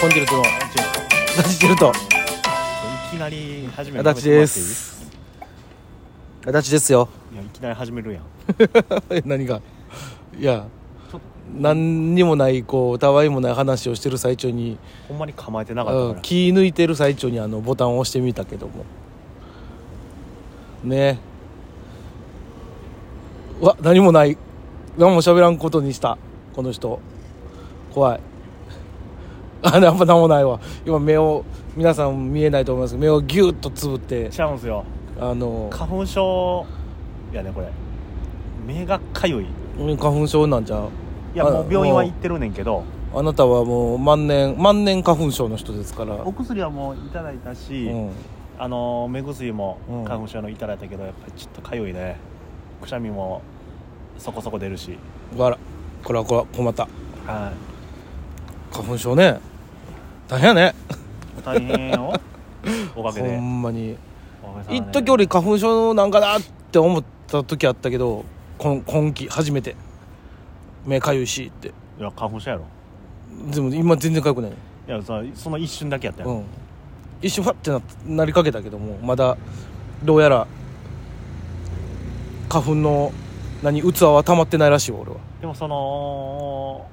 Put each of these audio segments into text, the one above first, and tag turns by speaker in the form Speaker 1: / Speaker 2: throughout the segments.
Speaker 1: コンジェルトのダチジェル ト
Speaker 2: いきなり始める
Speaker 1: ダチですダチですよ
Speaker 2: いやいきなり始めるやん
Speaker 1: 何がいや何にもないこうたわいもない話をしてる最中に、
Speaker 2: ほんまに構えてなかっ
Speaker 1: う
Speaker 2: たか
Speaker 1: ん、
Speaker 2: ら
Speaker 1: 気抜いてる最中にあのボタンを押してみたけどもねうわ何もない何も喋らんことにしたこの人怖い あやっぱ何もないわ今目を皆さん見えないと思いますけど目をギュッとつぶって
Speaker 2: ちゃうんすよ
Speaker 1: あの
Speaker 2: 花粉症やねこれ目がかゆいい
Speaker 1: 花粉症なんじゃう
Speaker 2: や
Speaker 1: あ
Speaker 2: もう病院は
Speaker 1: うん
Speaker 2: 行ってるねんけど
Speaker 1: あなたはもう万年万年花粉症の人ですから
Speaker 2: お薬はもういただいたし、
Speaker 1: うん
Speaker 2: あの目薬も
Speaker 1: うん
Speaker 2: 花粉症のいただいたけどやっぱりちょっとかゆいねくしゃみもそこそこ出るし
Speaker 1: わらこれはこれは困った
Speaker 2: は
Speaker 1: 花粉症ね大変やね
Speaker 2: い大 変よおかげ
Speaker 1: ほ
Speaker 2: で
Speaker 1: んまに
Speaker 2: おかげさまで
Speaker 1: 一時俺花粉症なんかなって思った時あったけど今今季初めて目かゆいしって
Speaker 2: いや花粉症やろ
Speaker 1: でも今全然かゆくない、
Speaker 2: いやそその一瞬だけやったよ、
Speaker 1: うん、一瞬ファッてななりかけたけどもまだどうやら花粉の何器は溜まってないらしいわ俺は
Speaker 2: でもその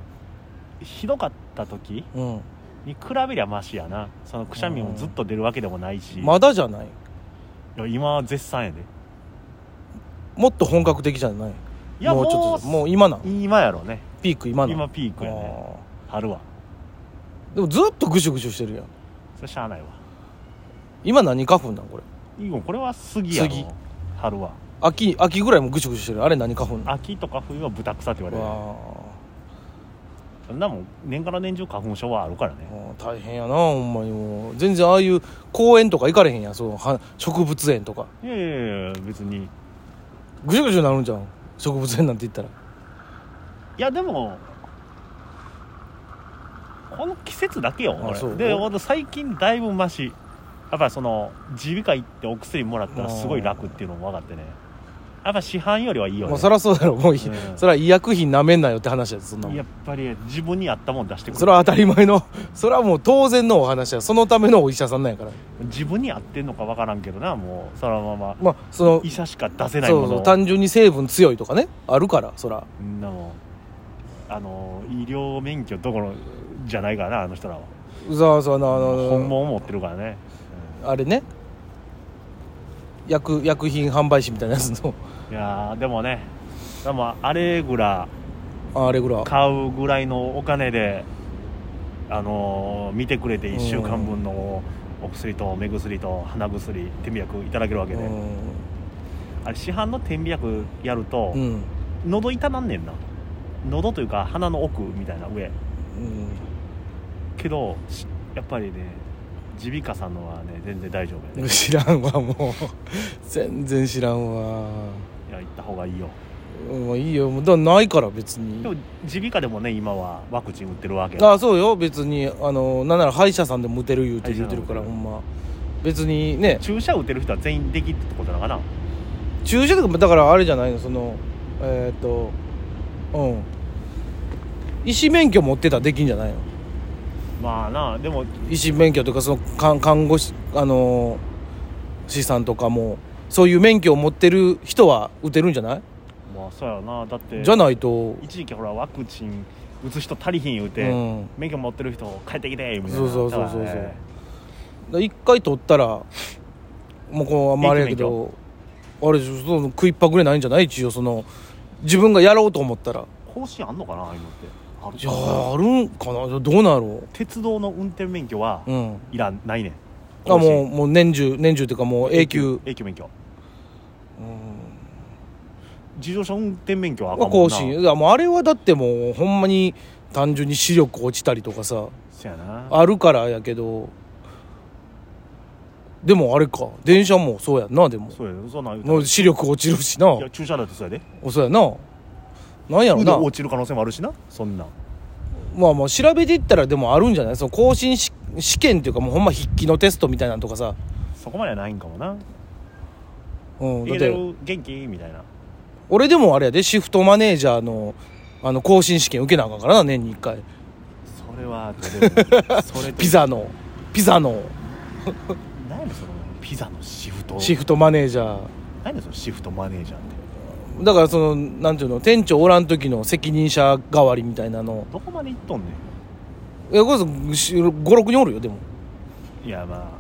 Speaker 2: ひどかった時
Speaker 1: うん
Speaker 2: に比べりゃマシやなそのくしゃみもずっと出るわけでもないし、い
Speaker 1: まだじゃない
Speaker 2: や今は絶賛やで
Speaker 1: もっと本格的じゃない
Speaker 2: いや
Speaker 1: も
Speaker 2: もう
Speaker 1: うちょっともう今なん
Speaker 2: 今やろね
Speaker 1: ピーク今なん
Speaker 2: 今ピークやね春は
Speaker 1: あーでもずっとぐしゅぐしゅしてるやん
Speaker 2: それしゃあないわ
Speaker 1: 今何花粉なんこれ
Speaker 2: いいよこれは杉やろ
Speaker 1: 杉
Speaker 2: 春は
Speaker 1: 秋秋ぐらいもぐしゅぐしゅしてるあれ何花粉なん
Speaker 2: 秋とか冬は豚草って言われる
Speaker 1: わ
Speaker 2: そんなもん年から年中花粉症はあるからね
Speaker 1: ーもう大変やなほんまにもう全然ああいう公園とか行かれへんやんそのは植物園とか
Speaker 2: いやいやいや別に
Speaker 1: ぐしゅぐしゅなるんじゃん植物園なんて言ったら
Speaker 2: いやでもこの季節だけよ
Speaker 1: あそ
Speaker 2: 俺
Speaker 1: う
Speaker 2: でほんと最近だいぶマシやっぱその耳鼻科行ってお薬もらったらすごい楽っていうのも分かってねやっぱ市販よりはいいよね
Speaker 1: もうそりゃそうだろもういい、
Speaker 2: うん
Speaker 1: そりゃ医薬品なめんなよって話やでそんなもん
Speaker 2: やっぱり自分に合ったもん出してく
Speaker 1: そ
Speaker 2: る
Speaker 1: れは当たり前のそれはもう当然のお話やそのためのお医者さんなんやから
Speaker 2: 自分に合ってんのか分からんけどなもうそのまま
Speaker 1: まあその
Speaker 2: 医者しか出せない
Speaker 1: そ
Speaker 2: も
Speaker 1: う
Speaker 2: の
Speaker 1: そ
Speaker 2: を
Speaker 1: う単純に成分強いとかねあるからそら
Speaker 2: そんなもんあの医療免許どころじゃないからなあの人らは
Speaker 1: そうそうあのあの
Speaker 2: 本物を持ってるからね
Speaker 1: あれね薬薬品販売士みたいなやつの
Speaker 2: いやーでもねでもあれぐらい
Speaker 1: あれぐらい
Speaker 2: 買うぐらいのお金で、あのー見てくれて1週間分のお薬と目薬と鼻薬点鼻薬いただけるわけで、
Speaker 1: う
Speaker 2: あれ市販の点鼻薬やると、
Speaker 1: ん、うん
Speaker 2: 喉痛なんねんな喉というか鼻の奥みたいな上
Speaker 1: うん、
Speaker 2: けどしやっぱりね耳鼻科さんのはね全然大丈夫やね
Speaker 1: 知らんわもう 全然知らんわ
Speaker 2: いや行った方がいいよ
Speaker 1: もういいよもうだからないから別に
Speaker 2: でも耳鼻科でもね今はワクチン打ってるわけ
Speaker 1: あそうよ別にあのなんなら歯医者さんでも打てる言う
Speaker 2: 歯
Speaker 1: て
Speaker 2: 医者
Speaker 1: 言
Speaker 2: さ
Speaker 1: うんてるから
Speaker 2: 打
Speaker 1: ほ
Speaker 2: てる
Speaker 1: んま別にね
Speaker 2: 注射打てる人は全員できってことなのかな
Speaker 1: 注射とかもだからあれじゃないのそのえっ、とうん医師免許持ってたらできんじゃないの
Speaker 2: まあなでも
Speaker 1: 医師免許とかその看看護師あのー師さんとかもそういう免許を持ってる人は打てるんじゃない、
Speaker 2: まあそうやなだって
Speaker 1: じゃないと
Speaker 2: 一時期ほらワクチン打つ人足りひん言うて、
Speaker 1: うん
Speaker 2: 免許持ってる人帰ってきてみたいな
Speaker 1: そうそうそうそうそう
Speaker 2: だからね
Speaker 1: 一回取ったらもうこうあんまあれやけどあれその食いっぱぐれないんじゃない一応その自分がやろうと思ったら
Speaker 2: 更新あんのかな今ってある
Speaker 1: いやあるんかなどうなんやろ
Speaker 2: 鉄道の運転免許は
Speaker 1: ううん
Speaker 2: いらんないねん
Speaker 1: あ
Speaker 2: 更新
Speaker 1: もうもう年中年中っていうかもう永久
Speaker 2: 永久免許自動車運転免許はあか
Speaker 1: は
Speaker 2: んもんな
Speaker 1: 更新いやもうあれはだってもうほんまに単純に視力落ちたりとかさ
Speaker 2: そやな
Speaker 1: あるからやけどでもあれか電車もそうやんなでも
Speaker 2: そうやそんなん言うたら
Speaker 1: もう視力落ちるしない
Speaker 2: や注射だってそうやで
Speaker 1: そうやななんやろ
Speaker 2: 腕
Speaker 1: な
Speaker 2: 落ちる可能性もあるしなそんなん
Speaker 1: まあまあ調べていったらでもあるんじゃないその更新し試験っていうかもうほんま筆記のテストみたいなんとかさ、
Speaker 2: そこまではないんかもな
Speaker 1: うん、だ
Speaker 2: 家
Speaker 1: っ
Speaker 2: 出
Speaker 1: て
Speaker 2: る元気みたいな
Speaker 1: 俺でもあれやでシフトマネージャーのあの更新試験受けなあかんからな年に1回
Speaker 2: それは食べるそれと
Speaker 1: ピザのピザの
Speaker 2: 何やねんそのピザのシフト
Speaker 1: シフトマネージャ
Speaker 2: 何やねんそのシフトマネージャーって
Speaker 1: ーだからそのなんていうの店長おらん時の責任者代わりみたいなの
Speaker 2: どこまで行っとんね
Speaker 1: いやこれ56人おるよでも
Speaker 2: んいやまあ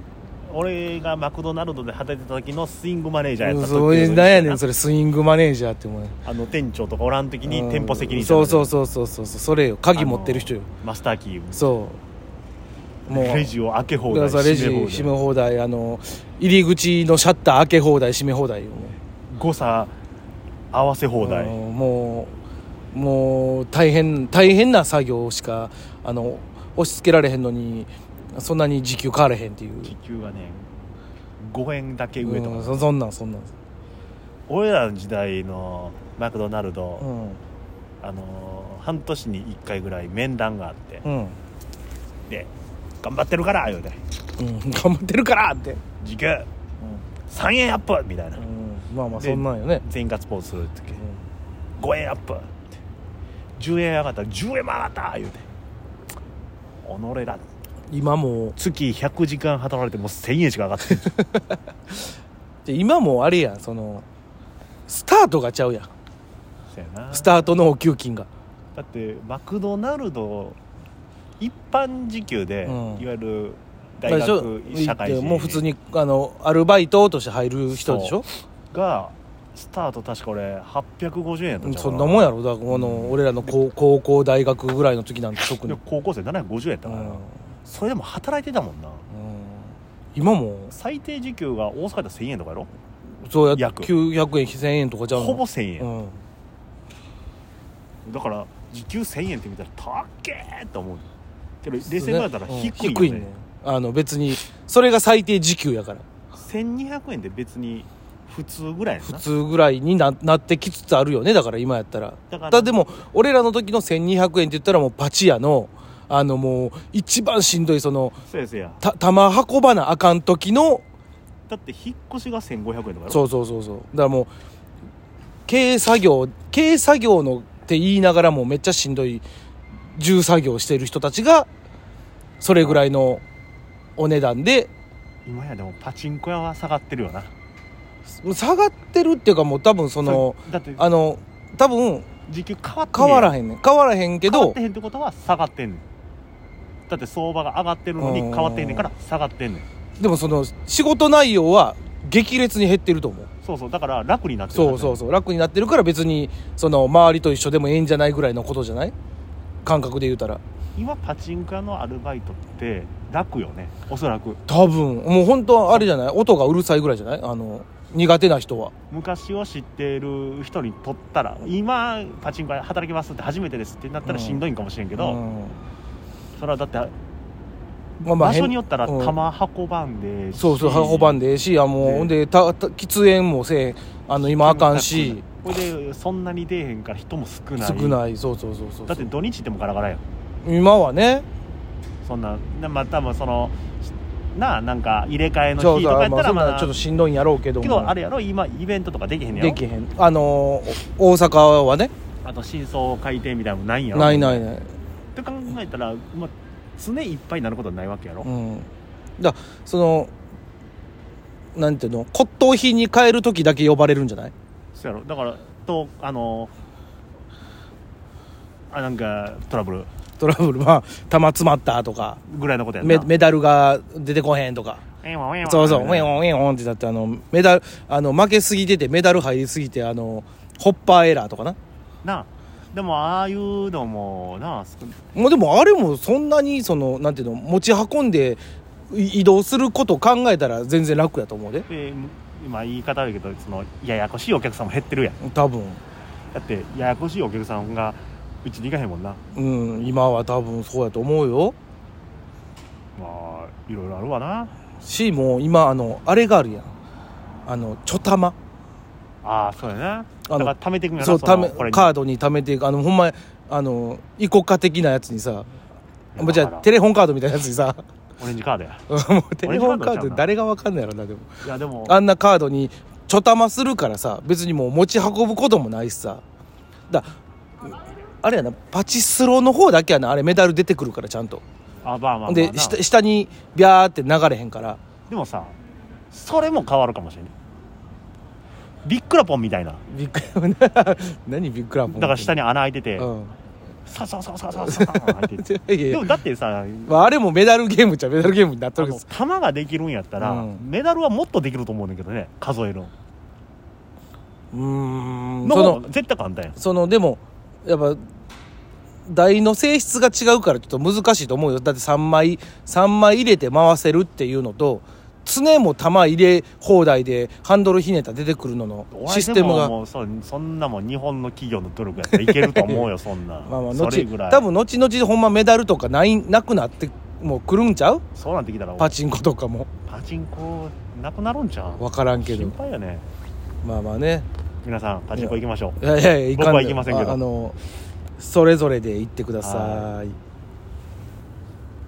Speaker 2: 俺がマクドナルドで働いてた時のスイングマネージャーやった時
Speaker 1: そういうなんやねんそれスイングマネージャーってもね
Speaker 2: あの店長とかおらん時に店舗責任者
Speaker 1: そうそう
Speaker 2: う
Speaker 1: そうそうそうそれよ鍵持ってる人よ
Speaker 2: マスターキー
Speaker 1: そうもう
Speaker 2: レジを開け放
Speaker 1: だから
Speaker 2: 題
Speaker 1: さレジ
Speaker 2: 閉め
Speaker 1: 閉
Speaker 2: 放
Speaker 1: め
Speaker 2: 題
Speaker 1: 放題あの入り口のシャッター開け放題閉め放題よも
Speaker 2: 誤差合わせ放
Speaker 1: うあ
Speaker 2: 題
Speaker 1: のもうもう大変大変な作業しかあの押し付けられへんのにそんなに時給変われへんっていう
Speaker 2: 時給がね5円だけ上とか、
Speaker 1: うんそそんなんそんなん
Speaker 2: 俺らの時代のマクドナルド、
Speaker 1: うん
Speaker 2: あのー半年に1回ぐらい面談があって、
Speaker 1: うん、
Speaker 2: で「頑張ってるから」言うて
Speaker 1: うん、頑張ってるからって、
Speaker 2: 「時給3円アップ!」みたいな
Speaker 1: うんまあまあ
Speaker 2: で
Speaker 1: そんなんよね
Speaker 2: 全員ガッツポーズするって
Speaker 1: うん
Speaker 2: 5円アップ10円上がった10円も上がった言うて己ら
Speaker 1: 今も
Speaker 2: 月100時間働いてもう1000円しか上が ってない
Speaker 1: で今もあれやんそのスタートがちゃうやん
Speaker 2: そうやな
Speaker 1: スタートのお給金が
Speaker 2: だってマクドナルド一般時給で、
Speaker 1: うん
Speaker 2: いわゆる大
Speaker 1: 最初
Speaker 2: 学社会人
Speaker 1: もう普通にあのアルバイトとして入る人でしょ
Speaker 2: がスタート確か俺850円やった
Speaker 1: うんん
Speaker 2: ちゃう
Speaker 1: そ
Speaker 2: か
Speaker 1: んなもんやろだからこの、俺らの高高校大学ぐらいの時なんて特に、
Speaker 2: で高校生750円やった
Speaker 1: う
Speaker 2: から、
Speaker 1: んうん
Speaker 2: それでも働いてたもんな
Speaker 1: 今も
Speaker 2: 最低時給が大阪で1000円とかやろ
Speaker 1: そうや
Speaker 2: 約
Speaker 1: 900円1000円とかじゃん
Speaker 2: ほぼ1000円、
Speaker 1: うん、
Speaker 2: だから時給1000円って見たら高っけーって思うけど冷静に考えたら
Speaker 1: うん
Speaker 2: 低い
Speaker 1: 低い
Speaker 2: よね,、
Speaker 1: ねあの別にそれが最低時給やから
Speaker 2: 1200円で別に普通ぐらいやん
Speaker 1: 普
Speaker 2: な
Speaker 1: 通ぐらいにななってきつつあるよねだから今やったら
Speaker 2: だから
Speaker 1: だでも俺らの時の1200円って言ったらもうパチ屋のあのもう一番しんどいその
Speaker 2: そうやそうや
Speaker 1: た玉運ばなあかん時の
Speaker 2: だって引っ越しが1500円とかやろ
Speaker 1: そうそうそうそうだからもう軽作業軽作業のって言いながらもめっちゃしんどい重作業してる人たちがそれぐらいのお値段で
Speaker 2: 今やでもパチンコ屋は下がってるよな
Speaker 1: 下がってるっていうかもう多分その
Speaker 2: それだって
Speaker 1: あの多分
Speaker 2: 時給変わって
Speaker 1: 変わら
Speaker 2: ん
Speaker 1: へんねん変わらへんけ
Speaker 2: けど変わっ
Speaker 1: ど
Speaker 2: てへんってことは下がってんねんだって相場が上がってるのに
Speaker 1: うん
Speaker 2: 変わってんねんから下がってんねん
Speaker 1: でもその仕事内容は激烈に減ってると思う
Speaker 2: そうそうだから楽になってる
Speaker 1: そうそうそう楽になってるから別にその周りと一緒でもええんじゃないぐらいのことじゃない感覚で言うたら
Speaker 2: 今パチンコ屋のアルバイトって楽よねおそらく
Speaker 1: 多分もう本当はあれじゃない音がうるさいぐらいじゃないあの苦手な人は
Speaker 2: 昔を知っている人にとったら今パチンコ屋働きますって初めてですってなったらしんどいんかもしれんけど、
Speaker 1: うん
Speaker 2: それはだって
Speaker 1: まあまあ
Speaker 2: 場所
Speaker 1: 変
Speaker 2: によったら
Speaker 1: うん
Speaker 2: 玉運ばんで
Speaker 1: そうそう運ばん
Speaker 2: で
Speaker 1: でええしあもう
Speaker 2: ね
Speaker 1: ほんでたた喫煙もせえへんあの今あかんし
Speaker 2: ほいでそんなに出えへんから人も少ない
Speaker 1: 少ないそうそうそうそう
Speaker 2: だって土日でもガラガラよ
Speaker 1: 今はね
Speaker 2: そんななまあ多分そのなあなんか入れ替えの
Speaker 1: そう
Speaker 2: 日
Speaker 1: そ
Speaker 2: と
Speaker 1: う
Speaker 2: かやっ
Speaker 1: まあ
Speaker 2: た
Speaker 1: そ
Speaker 2: ら
Speaker 1: ん
Speaker 2: ま
Speaker 1: な
Speaker 2: だ
Speaker 1: ちょっとしんどいんやろうけども
Speaker 2: けどあれやろ今イベントとかできへんねや
Speaker 1: で
Speaker 2: ろ
Speaker 1: きへんあのお大阪はね
Speaker 2: あと真相改定みたいなのもないんやろ
Speaker 1: ないないいない
Speaker 2: って考えたら、まあ、常いっぱいになることはないわけやろ、
Speaker 1: うんだそのなんていうの骨董品に変える時だけ呼ばれるんじゃない
Speaker 2: そうやろだからとあのあなんかトラブル
Speaker 1: トラブルまあ玉詰まったとか
Speaker 2: ぐらいのことやん
Speaker 1: メ
Speaker 2: な
Speaker 1: メダルが出てこへんとか
Speaker 2: えんわえんわ
Speaker 1: そうそうウ
Speaker 2: み
Speaker 1: ェ
Speaker 2: たいな
Speaker 1: ンウェンウェンってなってあのメダルあの負けすぎててメダル入りすぎてあのホッパーエラーとかな
Speaker 2: なあでもああいうのもなあ少
Speaker 1: もうでもあれもそんなにそのなんていうの持ち運んでい移動すること考えたら全然楽やと思うで
Speaker 2: えー今言い方悪いけどそのややこしいお客さんも減ってるやん
Speaker 1: 多分
Speaker 2: だってややこしいお客さんがうちに行かへんもんな
Speaker 1: うん今は多分そうやと思うよ
Speaker 2: まあいろいろあるわな
Speaker 1: しもう今あのあれがあるやんあのちょたま
Speaker 2: ああそうやな
Speaker 1: の
Speaker 2: だから貯めていくんやな
Speaker 1: そうため
Speaker 2: これに
Speaker 1: カードに貯めていくあのほんまあのイコカ的なやつにさ
Speaker 2: いや
Speaker 1: じゃあ
Speaker 2: だから
Speaker 1: テレホンカードみたいなやつにさ
Speaker 2: オレンジカードや
Speaker 1: もうテレホンカード誰がわかんないやろなでも
Speaker 2: いやでも
Speaker 1: あんなカードにちょたまするからさ別にもう持ち運ぶこともないしさだあれやなパチスロの方だけやなあれメダル出てくるからちゃんと
Speaker 2: あまあまあまあ
Speaker 1: で
Speaker 2: な
Speaker 1: 下下にビャーって流れへんから
Speaker 2: でもさそれも変わるかもしれないビックラポンみたいな
Speaker 1: ビッグ 何ビッグラボン
Speaker 2: だから下に穴開いてて、
Speaker 1: うん
Speaker 2: サササササササ開いて
Speaker 1: いやい
Speaker 2: で
Speaker 1: や
Speaker 2: もだってさ
Speaker 1: まあ、あれもメダルゲームじゃメダルゲームになった
Speaker 2: あ
Speaker 1: わけで
Speaker 2: の
Speaker 1: す
Speaker 2: 玉ができるんやったら、
Speaker 1: うん
Speaker 2: メダルはもっとできると思うんだけどね数えるの
Speaker 1: うーん
Speaker 2: の
Speaker 1: そ
Speaker 2: 方
Speaker 1: の
Speaker 2: が絶対簡単やん
Speaker 1: そのでもやっぱ台の性質が違うからちょっと難しいと思うよだって3枚三枚入れて回せるっていうのと常も球入れ放題でハンドルひねった出てくるのの
Speaker 2: お
Speaker 1: シ
Speaker 2: 相
Speaker 1: ス
Speaker 2: 手
Speaker 1: テ
Speaker 2: も
Speaker 1: ムが
Speaker 2: もうそそんなもん日本の企業の努力やったらいけると 思うよそんな
Speaker 1: まあまあ
Speaker 2: それ
Speaker 1: 後
Speaker 2: ぐらい
Speaker 1: 多分後々ほんまメダルとかないなくなってもう来るんちゃう
Speaker 2: そうなってきたら
Speaker 1: パ
Speaker 2: パチ
Speaker 1: チンコとかも
Speaker 2: ンコなくなるんちゃう
Speaker 1: 分からんけ
Speaker 2: 心
Speaker 1: ど
Speaker 2: 配やね
Speaker 1: まあまあね
Speaker 2: 皆さんパチンコ行きましょう
Speaker 1: いやいやいやいかんで
Speaker 2: 僕は行きませんけど
Speaker 1: ああのそれぞれで行ってください